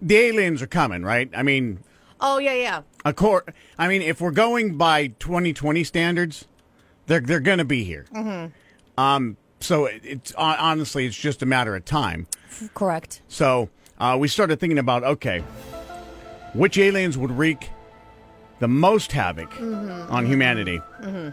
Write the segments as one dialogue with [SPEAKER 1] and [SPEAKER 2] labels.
[SPEAKER 1] The aliens are coming, right? I mean,
[SPEAKER 2] Oh yeah, yeah.
[SPEAKER 1] a cor- I mean, if we're going by 2020 standards, they're they're going to be here. Mm-hmm. Um, so it, it's hon- honestly, it's just a matter of time.
[SPEAKER 2] Correct.
[SPEAKER 1] So uh, we started thinking about okay, which aliens would wreak the most havoc on humanity? Uh,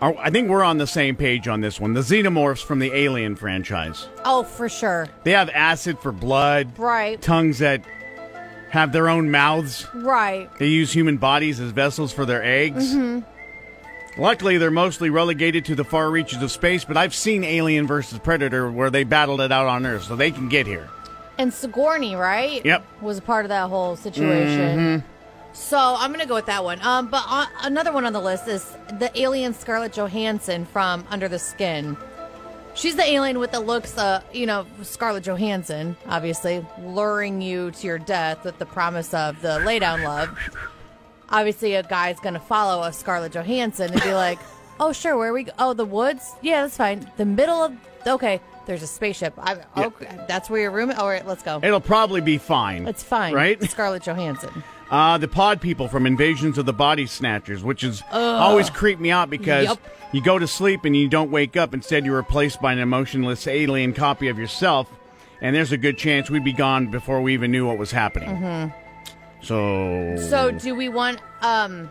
[SPEAKER 1] are- I think we're on the same page on this one. The xenomorphs from the Alien franchise.
[SPEAKER 2] Oh, for sure.
[SPEAKER 1] They have acid for blood,
[SPEAKER 2] Right.
[SPEAKER 1] tongues that have their own mouths.
[SPEAKER 2] Right.
[SPEAKER 1] They use human bodies as vessels for their eggs.
[SPEAKER 2] Mm-hmm.
[SPEAKER 1] Luckily, they're mostly relegated to the far reaches of space, but I've seen Alien versus Predator where they battled it out on Earth, so they can get here.
[SPEAKER 2] And Sigourney, right?
[SPEAKER 1] Yep.
[SPEAKER 2] Was a part of that whole situation. So I'm gonna go with that one. Um, but uh, another one on the list is the alien Scarlett Johansson from Under the Skin. She's the alien with the looks, uh, you know, Scarlett Johansson, obviously luring you to your death with the promise of the lay down love. Obviously, a guy's gonna follow a Scarlett Johansson and be like, "Oh, sure, where we? Go? Oh, the woods? Yeah, that's fine. The middle of okay. There's a spaceship. I, okay, that's where your room. All right, let's go.
[SPEAKER 1] It'll probably be fine.
[SPEAKER 2] It's fine,
[SPEAKER 1] Right?
[SPEAKER 2] Scarlett Johansson.
[SPEAKER 1] Uh, the pod people from Invasions of the Body Snatchers, which is always creep me out because
[SPEAKER 2] Yup.
[SPEAKER 1] you go to sleep and you don't wake up. Instead, you're replaced by an emotionless alien copy of yourself, and there's a good chance we'd be gone before we even knew what was happening. So,
[SPEAKER 2] Mm-hmm. So, do we want? Um,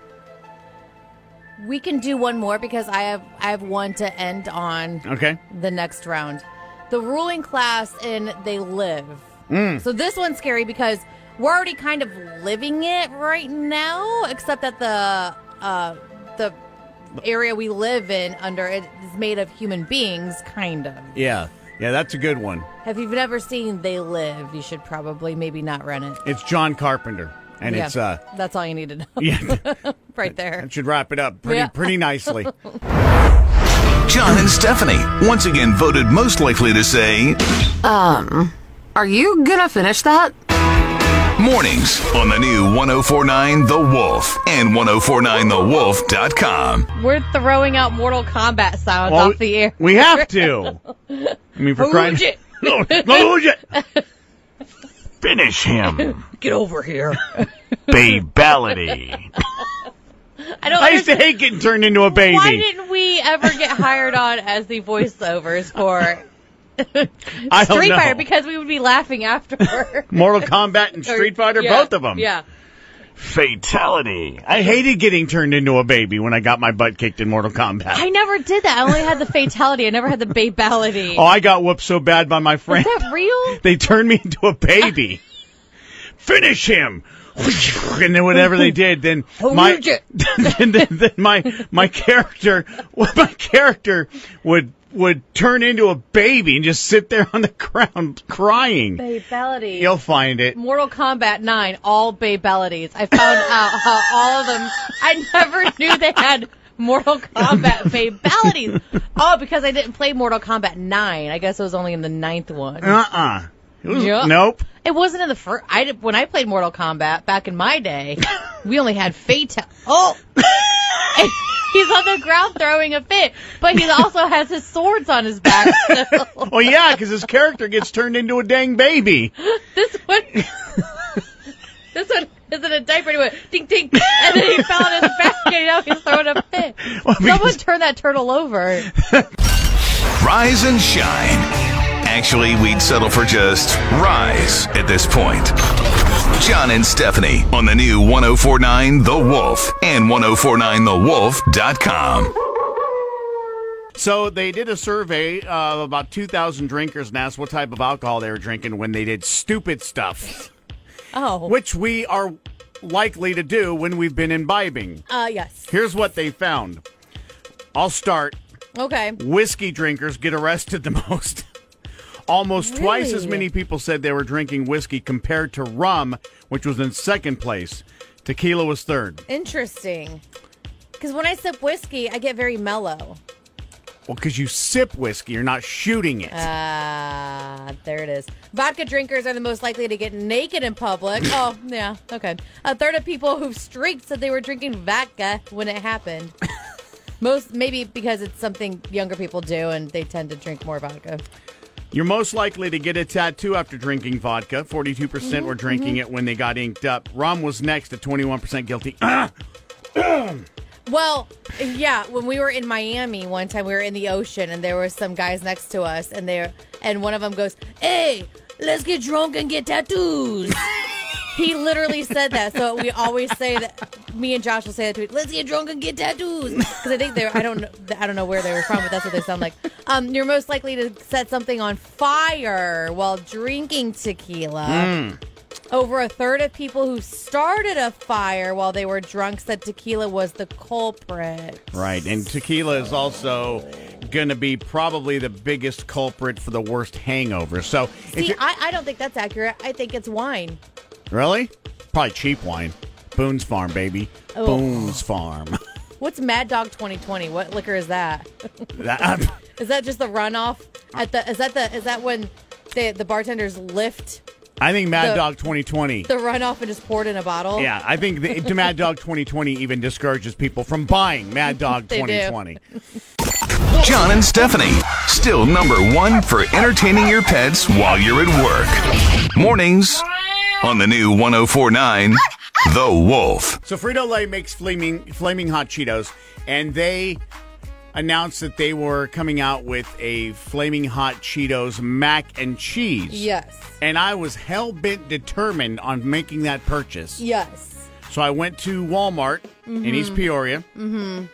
[SPEAKER 2] we can do one more because I have I have one to end on
[SPEAKER 1] okay,
[SPEAKER 2] the next round. The ruling class in They Live. So this one's scary because we're already kind of living it right now, except that the uh, the area we live in under it is made of human beings, kind of.
[SPEAKER 1] yeah, yeah, that's a good one.
[SPEAKER 2] If you've never seen They Live, you should probably maybe not rent it.
[SPEAKER 1] It's John Carpenter, and
[SPEAKER 2] Yeah,
[SPEAKER 1] it's uh,
[SPEAKER 2] that's all you need to know
[SPEAKER 1] yeah,
[SPEAKER 2] right there.
[SPEAKER 1] that should wrap it up pretty
[SPEAKER 2] Yeah.
[SPEAKER 1] pretty nicely.
[SPEAKER 3] John and Stephanie, once again voted most likely to say
[SPEAKER 4] Um, Are you gonna finish that?
[SPEAKER 3] mornings on the new 1049 The Wolf and 1049TheWolf.com.
[SPEAKER 2] We're throwing out Mortal Kombat sounds
[SPEAKER 1] Well,
[SPEAKER 2] off the air.
[SPEAKER 1] We have to. I mean, for crying.
[SPEAKER 2] Hooj it.
[SPEAKER 1] No, no, hooj it.
[SPEAKER 5] Finish him.
[SPEAKER 2] Get over here.
[SPEAKER 5] Babality.
[SPEAKER 2] I don't
[SPEAKER 1] I used to
[SPEAKER 2] understand-
[SPEAKER 1] hate getting turned into a baby.
[SPEAKER 2] Why didn't we ever get hired on as the voiceovers for
[SPEAKER 1] I don't
[SPEAKER 2] Street
[SPEAKER 1] know.
[SPEAKER 2] Fighter? Because we would be laughing afterward.
[SPEAKER 1] Mortal Kombat and Street Fighter,
[SPEAKER 2] Yeah,
[SPEAKER 1] both of them.
[SPEAKER 2] Yeah.
[SPEAKER 5] Fatality.
[SPEAKER 1] I hated getting turned into a baby when I got my butt kicked in Mortal Kombat.
[SPEAKER 2] I never did that. I only had the fatality. I never had the babality.
[SPEAKER 1] oh, I got whooped so bad by my
[SPEAKER 2] Is
[SPEAKER 1] friend.
[SPEAKER 2] that real?
[SPEAKER 1] They turned me into a baby. Finish him. And then whatever they did, then my
[SPEAKER 2] Hooj it.
[SPEAKER 1] then, then, then my my character my character would would turn into a baby and just sit there on the ground crying.
[SPEAKER 2] Babality.
[SPEAKER 1] You'll find it.
[SPEAKER 2] Mortal Kombat 9, all babalities. I found out how all of them, I never knew they had Mortal Kombat babalities. Oh, because I didn't play Mortal Kombat 9. I guess it was only in the ninth one.
[SPEAKER 1] Uh uh
[SPEAKER 2] Yeah.
[SPEAKER 1] Nope.
[SPEAKER 2] It wasn't in the first. I did- when I played Mortal Kombat back in my day, we only had fatal. Oh, And he's on the ground throwing a fit, but he also has his swords on his back. Still.
[SPEAKER 1] Well, yeah, because his character gets turned into a dang baby.
[SPEAKER 2] This one, this one isn't a diaper. He went ding ding, and then he fell on his back, and now he's throwing a fit.
[SPEAKER 1] Well,
[SPEAKER 2] Someone
[SPEAKER 1] because-
[SPEAKER 2] turn that turtle over.
[SPEAKER 3] Rise and shine. Actually, we'd settle for just rise at this point. John and Stephanie on the new 1049 The Wolf and 1049TheWolf.com.
[SPEAKER 1] So they did a survey of about 2,000 drinkers and asked what type of alcohol they were drinking when they did stupid stuff,
[SPEAKER 2] Oh,
[SPEAKER 1] which we are likely to do when we've been imbibing.
[SPEAKER 2] uh, yes.
[SPEAKER 1] Here's what they found. I'll start.
[SPEAKER 2] Okay.
[SPEAKER 1] Whiskey drinkers get arrested the most. Almost twice as
[SPEAKER 2] Really?
[SPEAKER 1] many people said they were drinking whiskey compared to rum, which was in second place. Tequila was third.
[SPEAKER 2] Interesting. Because when I sip whiskey, I get very mellow.
[SPEAKER 1] Well, because you sip whiskey, you're not shooting it.
[SPEAKER 2] Ah, there it is. Vodka drinkers are the most likely to get naked in public. oh, yeah, okay. A third of people who've streaked said they were drinking vodka when it happened. Most maybe because it's something younger people do and they tend to drink more vodka.
[SPEAKER 1] You're most likely to get a tattoo after drinking vodka. 42% percent were drinking it when they got inked up. Rom was next at 21% guilty.
[SPEAKER 2] Well, yeah, when we were in Miami one time, we were in the ocean and there were some guys next to us, and they and one of them goes, "Hey, let's get drunk and get tattoos." he literally said that, so we always say that. Me and Josh will say that to each, Let's get drunk and get tattoos because I think they're I don't kn- I don't know where they were from, but that's what they sound like. Um, you're most likely to set something on fire while drinking tequila.
[SPEAKER 1] Hmm.
[SPEAKER 2] Over a third of people who started a fire while they were drunk said tequila was the culprit.
[SPEAKER 1] right. And tequila is also going to be probably the biggest culprit for the worst hangover. So, if
[SPEAKER 2] See,
[SPEAKER 1] you're-
[SPEAKER 2] I, I don't think that's accurate. I think it's wine.
[SPEAKER 1] really? Probably cheap wine. Boone's Farm, baby.
[SPEAKER 2] Oh.
[SPEAKER 1] Boone's Farm.
[SPEAKER 2] What's Mad Dog 2020? What liquor is that?
[SPEAKER 1] That-
[SPEAKER 2] Is that just the runoff at the? Is that the? Is that when they, the bartenders lift
[SPEAKER 1] I think Mad
[SPEAKER 2] The-
[SPEAKER 1] Dog 2020.
[SPEAKER 2] the runoff and just pour it in a bottle?
[SPEAKER 1] Yeah, I think the, Mad Dog 2020 even discourages people from buying Mad Dog
[SPEAKER 2] They do.
[SPEAKER 1] 2020.
[SPEAKER 3] John and Stephanie, still number one for entertaining your pets while you're at work. Mornings on the new 1049 The Wolf.
[SPEAKER 1] So Frito Lay makes flaming flaming hot Cheetos, and they announced that they were coming out with a flaming hot Cheetos mac and cheese.
[SPEAKER 2] Yes.
[SPEAKER 1] And I was hell bent determined on making that purchase.
[SPEAKER 2] Yes.
[SPEAKER 1] So I went to Walmart in East Peoria. Mm-hmm.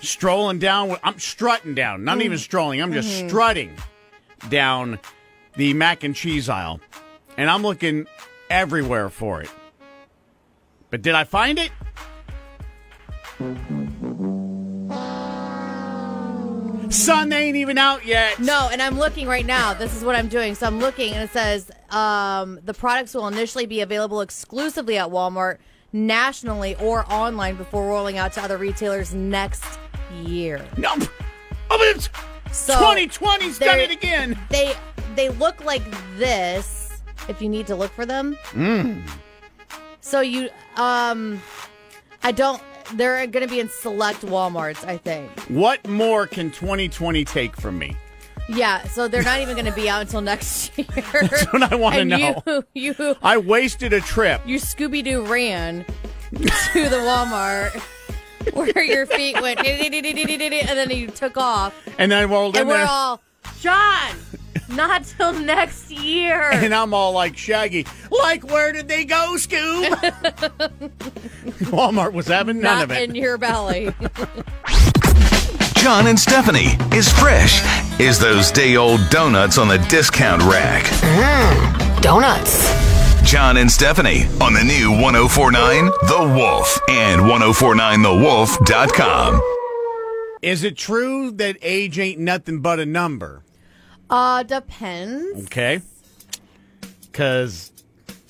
[SPEAKER 1] Strolling down, with- I'm strutting down, not
[SPEAKER 2] Mm.
[SPEAKER 1] even strolling, I'm just
[SPEAKER 2] Mm-hmm.
[SPEAKER 1] strutting down the mac and cheese aisle. And I'm looking everywhere for it. But did I find it? Son, they ain't even out yet.
[SPEAKER 2] No, and I'm looking right now. This is what I'm doing. So I'm looking, and it says um, the products will initially be available exclusively at Walmart nationally or online before rolling out to other retailers next year.
[SPEAKER 1] No. Oh, but it's
[SPEAKER 2] So
[SPEAKER 1] 2020's done
[SPEAKER 2] there-
[SPEAKER 1] it again.
[SPEAKER 2] They they look like this. If you need to look for them,
[SPEAKER 1] Mm.
[SPEAKER 2] so you um, I don't. They're going to be in select WalMarts, I think.
[SPEAKER 1] What more can 2020 take from me?
[SPEAKER 2] Yeah, so they're not even going to be out until next year. That's
[SPEAKER 1] what I wanna know.
[SPEAKER 2] You you
[SPEAKER 1] I wasted a trip.
[SPEAKER 2] you Scooby Doo ran to the Walmart where your feet went, and then you took off,
[SPEAKER 1] And uh, then I rolled in
[SPEAKER 2] and we're
[SPEAKER 1] there.
[SPEAKER 2] all John. Not till next year.
[SPEAKER 1] and I'm all like Shaggy, like where did they go, Scoob? Walmart was having none
[SPEAKER 2] not
[SPEAKER 1] of it.
[SPEAKER 2] in your belly.
[SPEAKER 3] John and Stephanie is fresh is those day old donuts on the discount rack.
[SPEAKER 4] Donuts.
[SPEAKER 3] John and Stephanie on the new 1049 The Wolf and 1049thewolf.com.
[SPEAKER 1] Is it true that age ain't nothing but a number?
[SPEAKER 2] uh, depends.
[SPEAKER 1] Okay. Cause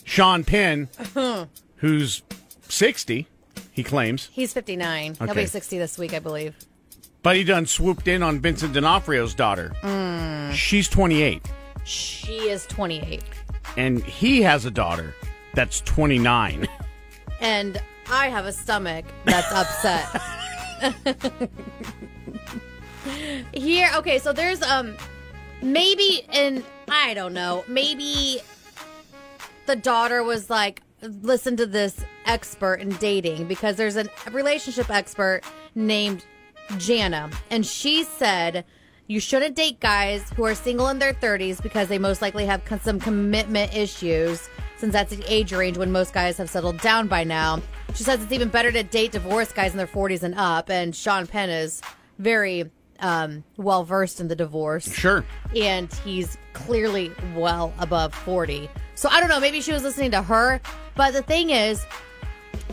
[SPEAKER 1] Sean Penn, who's sixty, he claims,
[SPEAKER 2] He's 59. He'll
[SPEAKER 1] Okay.
[SPEAKER 2] be 60 this week, I believe.
[SPEAKER 1] but he done swooped in on Vincent D'Onofrio's daughter.
[SPEAKER 2] Hmm.
[SPEAKER 1] She's twenty eight.
[SPEAKER 2] She is 28.
[SPEAKER 1] And he has a daughter that's twenty nine.
[SPEAKER 2] And I have a stomach that's upset. Here, okay, so there's um maybe and I don't know, maybe the daughter was like listen to this expert in dating because there's a relationship expert named Jana and she said you shouldn't date guys who are single in their 30s because they most likely have con- some commitment issues since that's the age range when most guys have settled down by now. She says it's even better to date divorced guys in their 40s and up and Sean Penn is very um, well versed in the divorce
[SPEAKER 1] Sure.
[SPEAKER 2] and he's clearly well above 40. So I don't know, maybe she was listening to her, but the thing is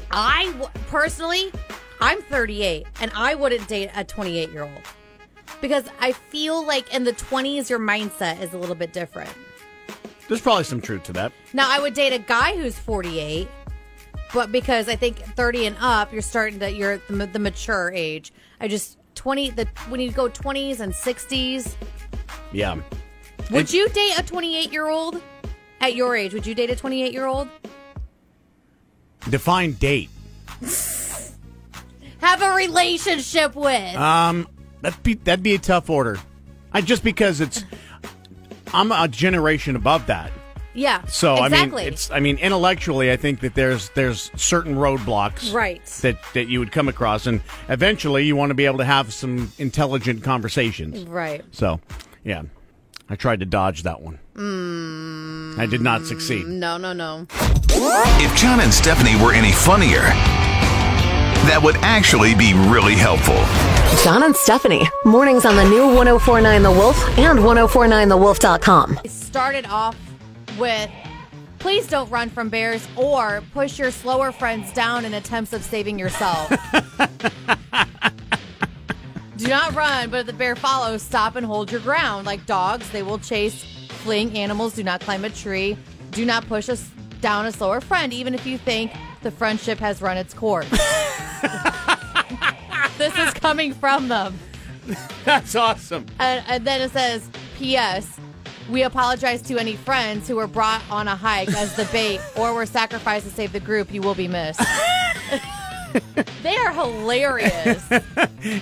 [SPEAKER 2] I w- personally I'm 38 and I wouldn't date a 28-year-old because I feel like in the 20s your mindset is a little bit different.
[SPEAKER 1] There's probably some truth to that.
[SPEAKER 2] Now I would date a guy who's 48 but because I think 30 and up you're starting to you're at the, ma- the mature age. I just 20 the when you go 20s and 60s
[SPEAKER 1] Yeah.
[SPEAKER 2] Would you date a 28 year old at your age? Would you date a 28 year old?
[SPEAKER 1] Define date.
[SPEAKER 2] Have a relationship with?
[SPEAKER 1] Uh, Um, that'd be that'd be a tough order. I just because it's I'm a generation above that.
[SPEAKER 2] Yeah.
[SPEAKER 1] So
[SPEAKER 2] exactly.
[SPEAKER 1] I mean, it's I mean intellectually, I think that there's there's certain roadblocks,
[SPEAKER 2] Right.
[SPEAKER 1] That that you would come across, and eventually you want to be able to have some intelligent conversations.
[SPEAKER 2] right.
[SPEAKER 1] So, yeah, I tried to dodge that one.
[SPEAKER 2] Mm.
[SPEAKER 1] I did not succeed.
[SPEAKER 2] No, no, no.
[SPEAKER 3] If John and Stephanie were any funnier, that would actually be really helpful.
[SPEAKER 6] John and Stephanie. Mornings on the new 1049 The Wolf and 1049TheWolf.com.
[SPEAKER 2] It started off with please don't run from bears or push your slower friends down in attempts of saving yourself. Do not run, but if the bear follows, stop and hold your ground. Like dogs, they will chase fleeing animals. Do not climb a tree. Do not push us down a slower friend, even if you think the friendship has run its course. this is coming from them.
[SPEAKER 1] That's awesome.
[SPEAKER 2] And, and then it says, P.S. We apologize to any friends who were brought on a hike as the bait or were sacrificed to save the group. You will be missed. they are hilarious.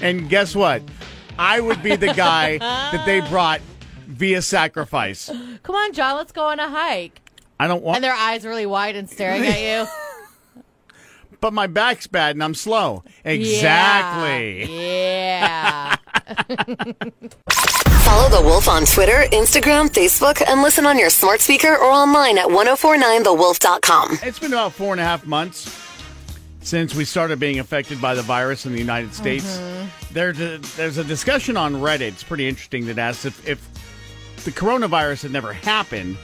[SPEAKER 1] And guess what? I would be the guy that they brought via sacrifice.
[SPEAKER 2] Come on, John, let's go on a hike.
[SPEAKER 1] I don't want,
[SPEAKER 2] And their eyes really wide and staring at you.
[SPEAKER 1] but my back's bad and I'm slow. Exactly.
[SPEAKER 2] Yeah.
[SPEAKER 6] Follow The Wolf on Twitter, Instagram, Facebook, and listen on your smart speaker or online at 1049TheWolf.com.
[SPEAKER 1] It's been about four and a half months since we started being affected by the virus in the United States. There's a, there's a discussion on Reddit. It's pretty interesting that asks if, if the coronavirus had never happened,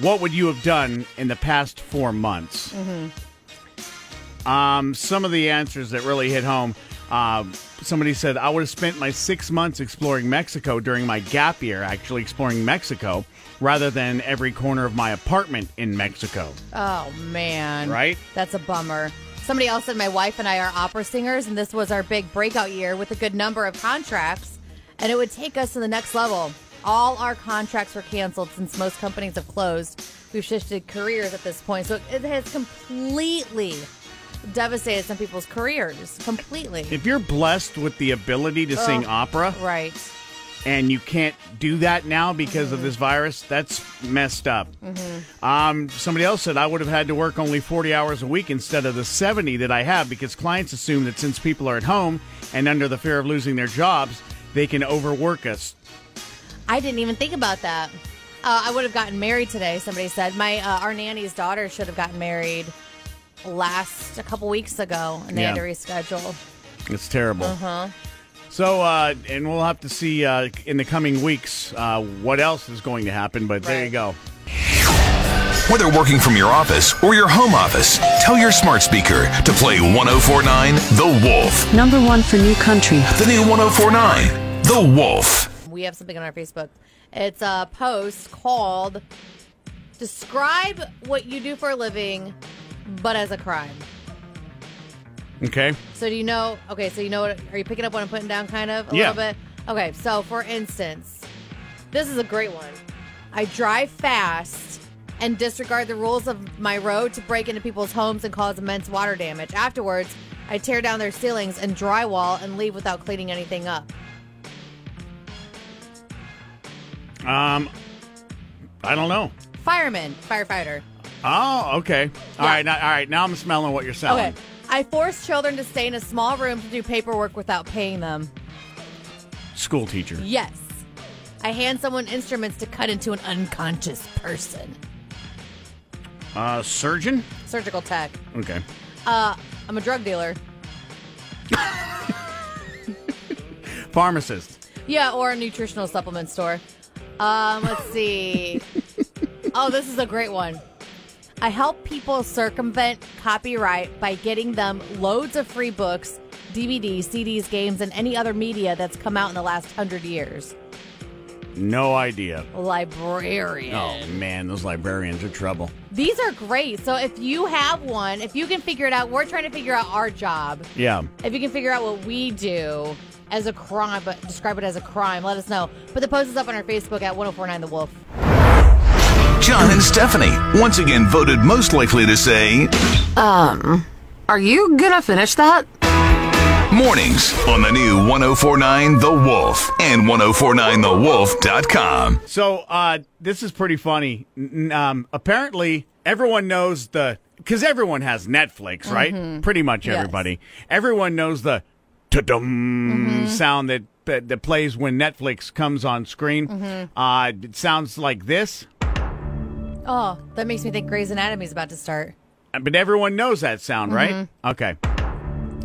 [SPEAKER 1] what would you have done in the past four months? Um, some of the answers that really hit home. Uh, somebody said, I would have spent my six months exploring Mexico during my gap year, actually exploring Mexico, rather than every corner of my apartment in Mexico.
[SPEAKER 2] Oh, man.
[SPEAKER 1] Right?
[SPEAKER 2] That's a bummer. Somebody else said, My wife and I are opera singers, and this was our big breakout year with a good number of contracts, and it would take us to the next level. All our contracts were canceled since most companies have closed. We've shifted careers at this point. So it has completely devastated some people's careers. Completely.
[SPEAKER 1] if you're blessed with the ability to sing opera
[SPEAKER 2] right.
[SPEAKER 1] and you can't do that now because of this virus, that's messed up. Um, somebody else said I would have had to work only 40 hours a week instead of the 70 that I have because clients assume that since people are at home and under the fear of losing their jobs, they can overwork us.
[SPEAKER 2] I didn't even think about that. Uh, I would have gotten married today. Somebody said my uh, our nanny's daughter should have gotten married last a couple weeks ago, and they had
[SPEAKER 1] Yeah.
[SPEAKER 2] to reschedule.
[SPEAKER 1] It's terrible. Uh-huh. So, uh, and we'll have to see uh, in the coming weeks uh, what else is going to happen, but there you
[SPEAKER 2] Right.
[SPEAKER 1] go.
[SPEAKER 3] Whether working from your office or your home office, tell your smart speaker to play 1049 The Wolf.
[SPEAKER 7] Number one for new country.
[SPEAKER 3] The new 1049 The Wolf.
[SPEAKER 2] We have something on our Facebook. It's a post called "Describe What You Do for a Living, But as a Crime."
[SPEAKER 1] Okay.
[SPEAKER 2] So do you know? Okay, so you know what? Are you picking up what I'm putting down? Kind of a
[SPEAKER 1] Yeah.
[SPEAKER 2] little bit. Okay, so for instance, this is a great one. I drive fast and disregard the rules of my road to break into people's homes and cause immense water damage. Afterwards, I tear down their ceilings and drywall and leave without cleaning anything up.
[SPEAKER 1] Um, I don't know.
[SPEAKER 2] Fireman, firefighter.
[SPEAKER 1] Oh, okay. All
[SPEAKER 2] Yeah.
[SPEAKER 1] right, now, all right. Now I'm smelling what you're selling.
[SPEAKER 2] Okay. I force children to stay in a small room to do paperwork without paying them.
[SPEAKER 1] School teacher.
[SPEAKER 2] Yes. I hand someone instruments to cut into an unconscious person.
[SPEAKER 1] Uh, surgeon.
[SPEAKER 2] Surgical tech.
[SPEAKER 1] Okay.
[SPEAKER 2] Uh, I'm a drug dealer.
[SPEAKER 1] Pharmacist.
[SPEAKER 2] Yeah, or a nutritional supplement store. Um, let's see. oh, this is a great one. I help people circumvent copyright by getting them loads of free books, DVDs, CDs, games, and any other media that's come out in the last hundred years.
[SPEAKER 1] No idea.
[SPEAKER 2] Librarian.
[SPEAKER 1] Oh man, those librarians are trouble.
[SPEAKER 2] These are great. So if you have one, if you can figure it out, we're trying to figure out our job.
[SPEAKER 1] Yeah.
[SPEAKER 2] If you can figure out what we do as a crime, but describe it as a crime, let us know. But the post is up on our Facebook at 1049 The Wolf.
[SPEAKER 3] John and Stephanie, once again voted most likely to say
[SPEAKER 4] Um, are you gonna finish that?
[SPEAKER 3] Mornings on the new 1049 The Wolf and 1049TheWolf.com.
[SPEAKER 1] So uh, this is pretty funny. N- Um, apparently, everyone knows the because everyone has Netflix, right? Pretty much
[SPEAKER 2] Mm-hmm. Yes.
[SPEAKER 1] everybody. Everyone knows the ta-dum
[SPEAKER 2] Mm-hmm.
[SPEAKER 1] sound that, that that plays when Netflix comes on screen.
[SPEAKER 2] Mm-hmm.
[SPEAKER 1] Uh, it sounds like this,
[SPEAKER 2] Oh, that makes me think Grey's Anatomy is about to start.
[SPEAKER 1] but everyone knows that sound, right?
[SPEAKER 2] Mm-hmm.
[SPEAKER 1] Okay.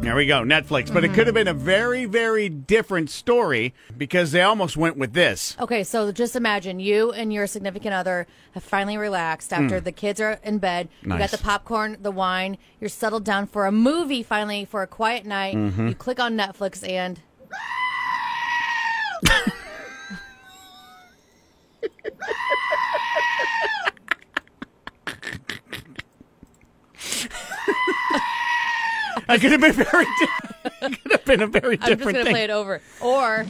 [SPEAKER 1] There we go, Netflix. But it could have been a very, very different story because they almost went with this.
[SPEAKER 2] Okay, so just imagine you and your significant other have finally relaxed after the kids are in bed. You
[SPEAKER 1] Nice.
[SPEAKER 2] got the popcorn, the wine. You're settled down for a movie finally for a quiet night. You click on Netflix and
[SPEAKER 1] It could have been very. Di- it could have been a very
[SPEAKER 2] Oh. I'm
[SPEAKER 1] different
[SPEAKER 2] just gonna
[SPEAKER 1] thing.
[SPEAKER 2] play it over. Or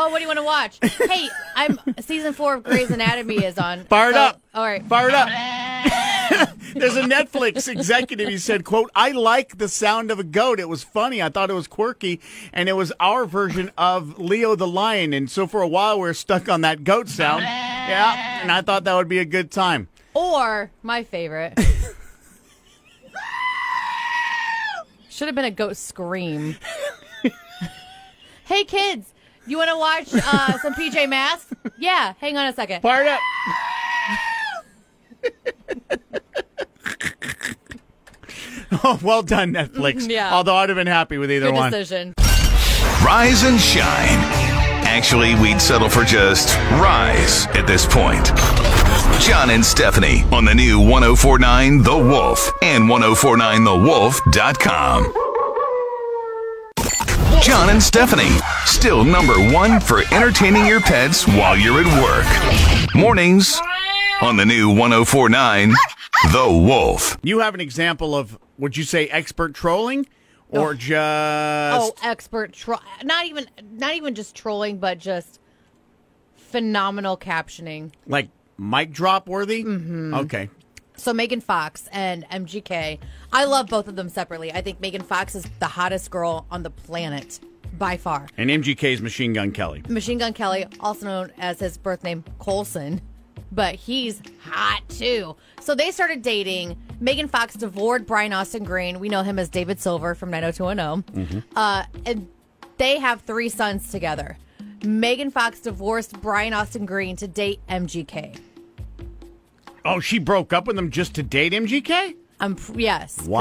[SPEAKER 2] Oh, what do you want to watch? Hey, I'm season four of Grey's Anatomy is on.
[SPEAKER 1] Fire it
[SPEAKER 2] So-
[SPEAKER 1] up.
[SPEAKER 2] All right.
[SPEAKER 1] Fire it up. There's a Netflix executive. He said, quote, I like the sound of a goat. It was funny. I thought it was quirky. And it was our version of Leo the lion. And so for a while, we were stuck on that goat sound. Yeah. And I thought that would be a good time.
[SPEAKER 2] Or my favorite. Should have been a goat scream. hey kids, you want to watch uh, some PJ Masks? Yeah, hang on a second.
[SPEAKER 1] Fire it up. oh, well done, Netflix.
[SPEAKER 2] Yeah.
[SPEAKER 1] Although I'd have been happy with either
[SPEAKER 2] Good
[SPEAKER 1] one.
[SPEAKER 2] decision.
[SPEAKER 3] Rise and shine. Actually, we'd settle for just rise at this point. John and Stephanie on the new 1049 The Wolf and 1049TheWolf.com. John and Stephanie, still number one for entertaining your pets while you're at work. Mornings on the new 1049 The Wolf.
[SPEAKER 1] You have an example of, would you say expert trolling or just.
[SPEAKER 2] Oh, expert troll. Not even, not even just trolling, but just phenomenal captioning.
[SPEAKER 1] like mic drop worthy. Mm-hmm. Okay,
[SPEAKER 2] So Megan Fox and MGK, I love both of them separately. I think Megan Fox is the hottest girl on the planet by far.
[SPEAKER 1] and MGK's Machine Gun Kelly.
[SPEAKER 2] Machine Gun Kelly, also known as his birth name Colson, but he's hot too. So they started dating. Megan Fox divorced Brian Austin Green. We know him as David Silver from 90210. Uh, and they have three sons together. Megan Fox divorced Brian Austin Green to date MGK.
[SPEAKER 1] Oh, she broke up with him just to date MGK.
[SPEAKER 2] Um, p- yes. 'cause Right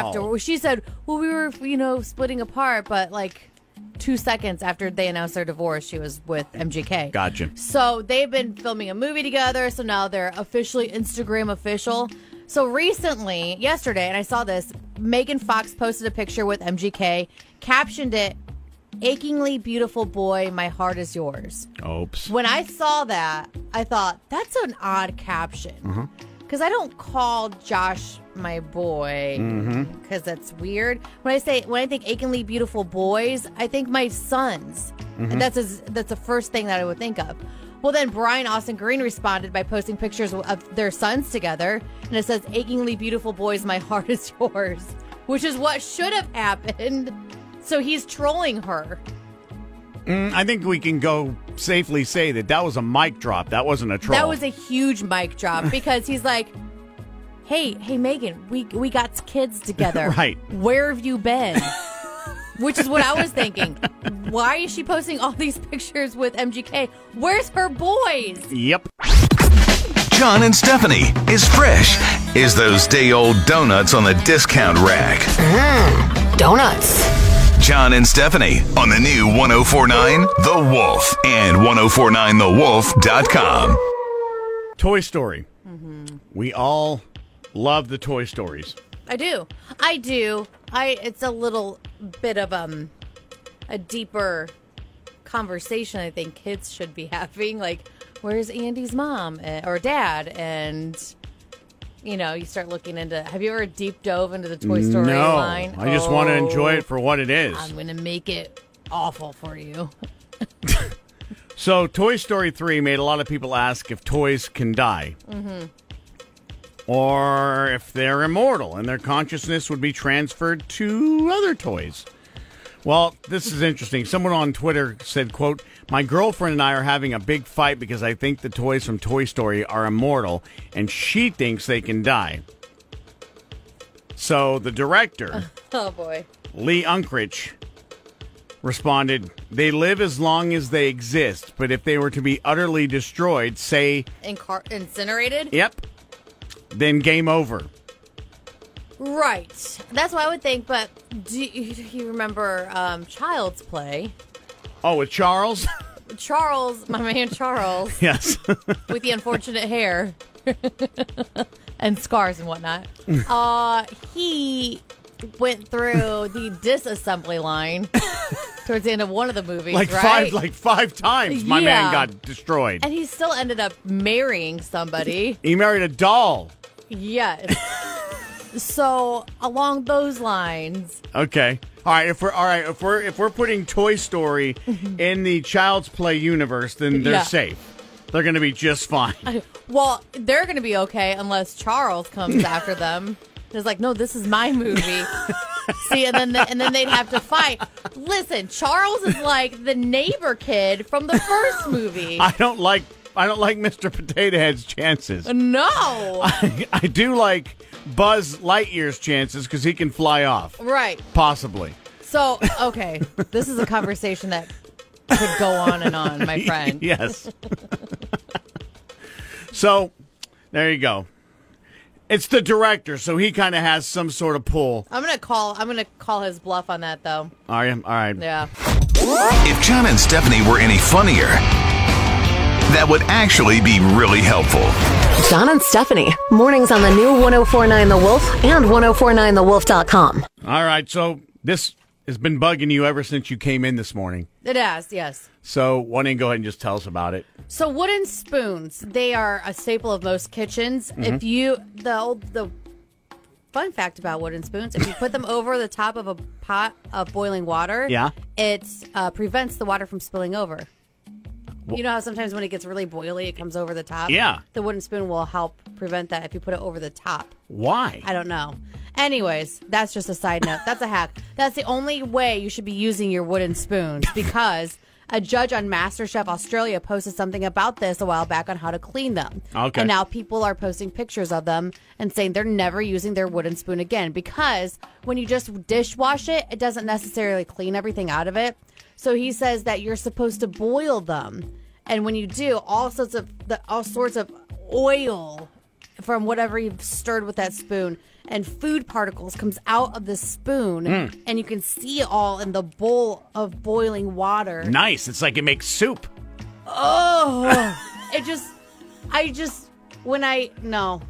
[SPEAKER 1] Wow.
[SPEAKER 2] after well, she said, "Well, we were, you know, splitting apart," but like two seconds after they announced their divorce, she was with MGK.
[SPEAKER 1] Gotcha.
[SPEAKER 2] So they've been filming a movie together. So now they're officially Instagram official. So recently, yesterday, and I saw this, Megan Fox posted a picture with MGK, captioned it, "Achingly beautiful boy, my heart is yours."
[SPEAKER 1] Oops.
[SPEAKER 2] When I saw that, I thought that's an odd caption because I don't call Josh my boy because that's weird. When I say when I think achingly beautiful boys, I think my sons. And that's as that's the first thing that I would think of. Well, then Brian Austin Green responded by posting pictures of their sons together, and it says achingly beautiful boys, my heart is yours, which is what should have happened. So he's trolling her.
[SPEAKER 1] I think we can go safely say that that was a mic drop. That wasn't a troll.
[SPEAKER 2] That was a huge mic drop because he's like, "Hey, hey, Megan, we we got kids together.
[SPEAKER 1] Right.
[SPEAKER 2] Where have you been?" Which is what I was thinking. Why is she posting all these pictures with MGK? Where's her boys?
[SPEAKER 1] Yep.
[SPEAKER 3] John and Stephanie is fresh is those day old donuts on the discount rack.
[SPEAKER 4] Donuts.
[SPEAKER 3] John and Stephanie on the new 1049 The Wolf and 1049TheWolf.com.
[SPEAKER 1] Toy Story.
[SPEAKER 2] Mm-hmm.
[SPEAKER 1] We all love the Toy Stories.
[SPEAKER 2] I do. I do. I it's a little bit of um a deeper conversation I think kids should be having like where's Andy's mom and, or dad and you know, you start looking into Have you ever deep dove into the Toy Story
[SPEAKER 1] no,
[SPEAKER 2] line?
[SPEAKER 1] I just want to
[SPEAKER 2] Oh,
[SPEAKER 1] enjoy it for what it is.
[SPEAKER 2] I'm going to make it awful for you.
[SPEAKER 1] so, Toy Story three made a lot of people ask if toys can die. or if they're immortal and their consciousness would be transferred to other toys. Well, this is interesting. Someone on Twitter said, quote, My girlfriend and I are having a big fight because I think the toys from Toy Story are immortal and she thinks they can die. So the director,
[SPEAKER 2] Oh boy.
[SPEAKER 1] Lee Unkrich, responded, They live as long as they exist, but if they were to be utterly destroyed, say,
[SPEAKER 2] Incar- incinerated?
[SPEAKER 1] Yep, then game over.
[SPEAKER 2] Right. That's what I would think, but do you, do you remember um, Child's Play?
[SPEAKER 1] Oh, with Charles?
[SPEAKER 2] Charles, my man Charles,
[SPEAKER 1] yes.
[SPEAKER 2] with the unfortunate hair and scars and whatnot, uh, he went through the disassembly line towards the end of one of the movies,
[SPEAKER 1] like
[SPEAKER 2] right?
[SPEAKER 1] five like five times my
[SPEAKER 2] Yeah.
[SPEAKER 1] man got destroyed.
[SPEAKER 2] and he still ended up marrying somebody.
[SPEAKER 1] He married a doll.
[SPEAKER 2] Yes. so along those lines,
[SPEAKER 1] Okay. All right, if we're all right, if we're if we're putting Toy Story in the Child's Play universe, then they're
[SPEAKER 2] Mm-hmm. Yeah.
[SPEAKER 1] safe. They're going to be just fine.
[SPEAKER 2] well, they're going to be okay unless Charles comes after them. And is like, no, this is my movie. See, and then and then they'd have to fight. Listen, Charles is like the neighbor kid from the first movie.
[SPEAKER 1] I don't like I don't like Mr. Potato Head's chances.
[SPEAKER 2] no,
[SPEAKER 1] I do like Buzz Lightyear's chances cuz he can fly off.
[SPEAKER 2] right?
[SPEAKER 1] Possibly.
[SPEAKER 2] So, okay, this is a conversation that could go on and on, my friend.
[SPEAKER 1] Yes. so, there you go. It's the director, so he kind of has some sort of pull.
[SPEAKER 2] I'm gonna call. I'm gonna call his bluff on that, though.
[SPEAKER 1] Are you? All right.
[SPEAKER 2] Yeah.
[SPEAKER 3] If John and Stephanie were any funnier, that would actually be really helpful.
[SPEAKER 6] John and Stephanie. Mornings on the new 1049 The Wolf and 1049TheWolf.com.
[SPEAKER 1] All right. So, this has been bugging you ever since you came in this morning.
[SPEAKER 2] It has, yes.
[SPEAKER 1] So, why don't you go ahead and just tell us about it?
[SPEAKER 2] So wooden spoons, they are a staple of most kitchens.
[SPEAKER 1] Mm-hmm.
[SPEAKER 2] If you the old the fun fact about wooden spoons, if you put them over the top of a pot of boiling water,
[SPEAKER 1] Yeah.
[SPEAKER 2] it uh, prevents the water from spilling over. You know how sometimes when it gets really boily, it comes over the top.
[SPEAKER 1] Yeah.
[SPEAKER 2] the wooden spoon will help prevent that if you put it over the top.
[SPEAKER 1] Why?
[SPEAKER 2] I don't know. Anyways, that's just a side note. That's a hack. That's the only way you should be using your wooden spoons because a judge on MasterChef Australia posted something about this a while back on how to clean them.
[SPEAKER 1] Okay.
[SPEAKER 2] And now people are posting pictures of them and saying they're never using their wooden spoon again because when you just dishwash it, it doesn't necessarily clean everything out of it. So he says that you're supposed to boil them. And when you do, all sorts of the, all sorts of oil from whatever you've stirred with that spoon and food particles comes out of the spoon and you can see it all in the bowl of boiling water
[SPEAKER 1] Nice. It's like it makes soup.
[SPEAKER 2] oh it just i just when i no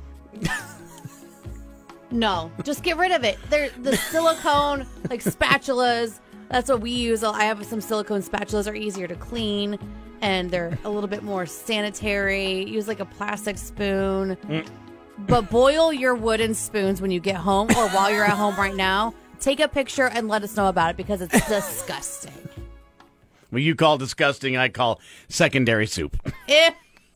[SPEAKER 2] no just get rid of it They're the silicone like spatulas that's what we use i have some silicone spatulas are easier to clean and they're a little bit more sanitary use like a plastic spoon but boil your wooden spoons when you get home or while you're at home right now take a picture and let us know about it because it's disgusting
[SPEAKER 1] Well, you call disgusting, I call secondary soup.
[SPEAKER 2] Ew.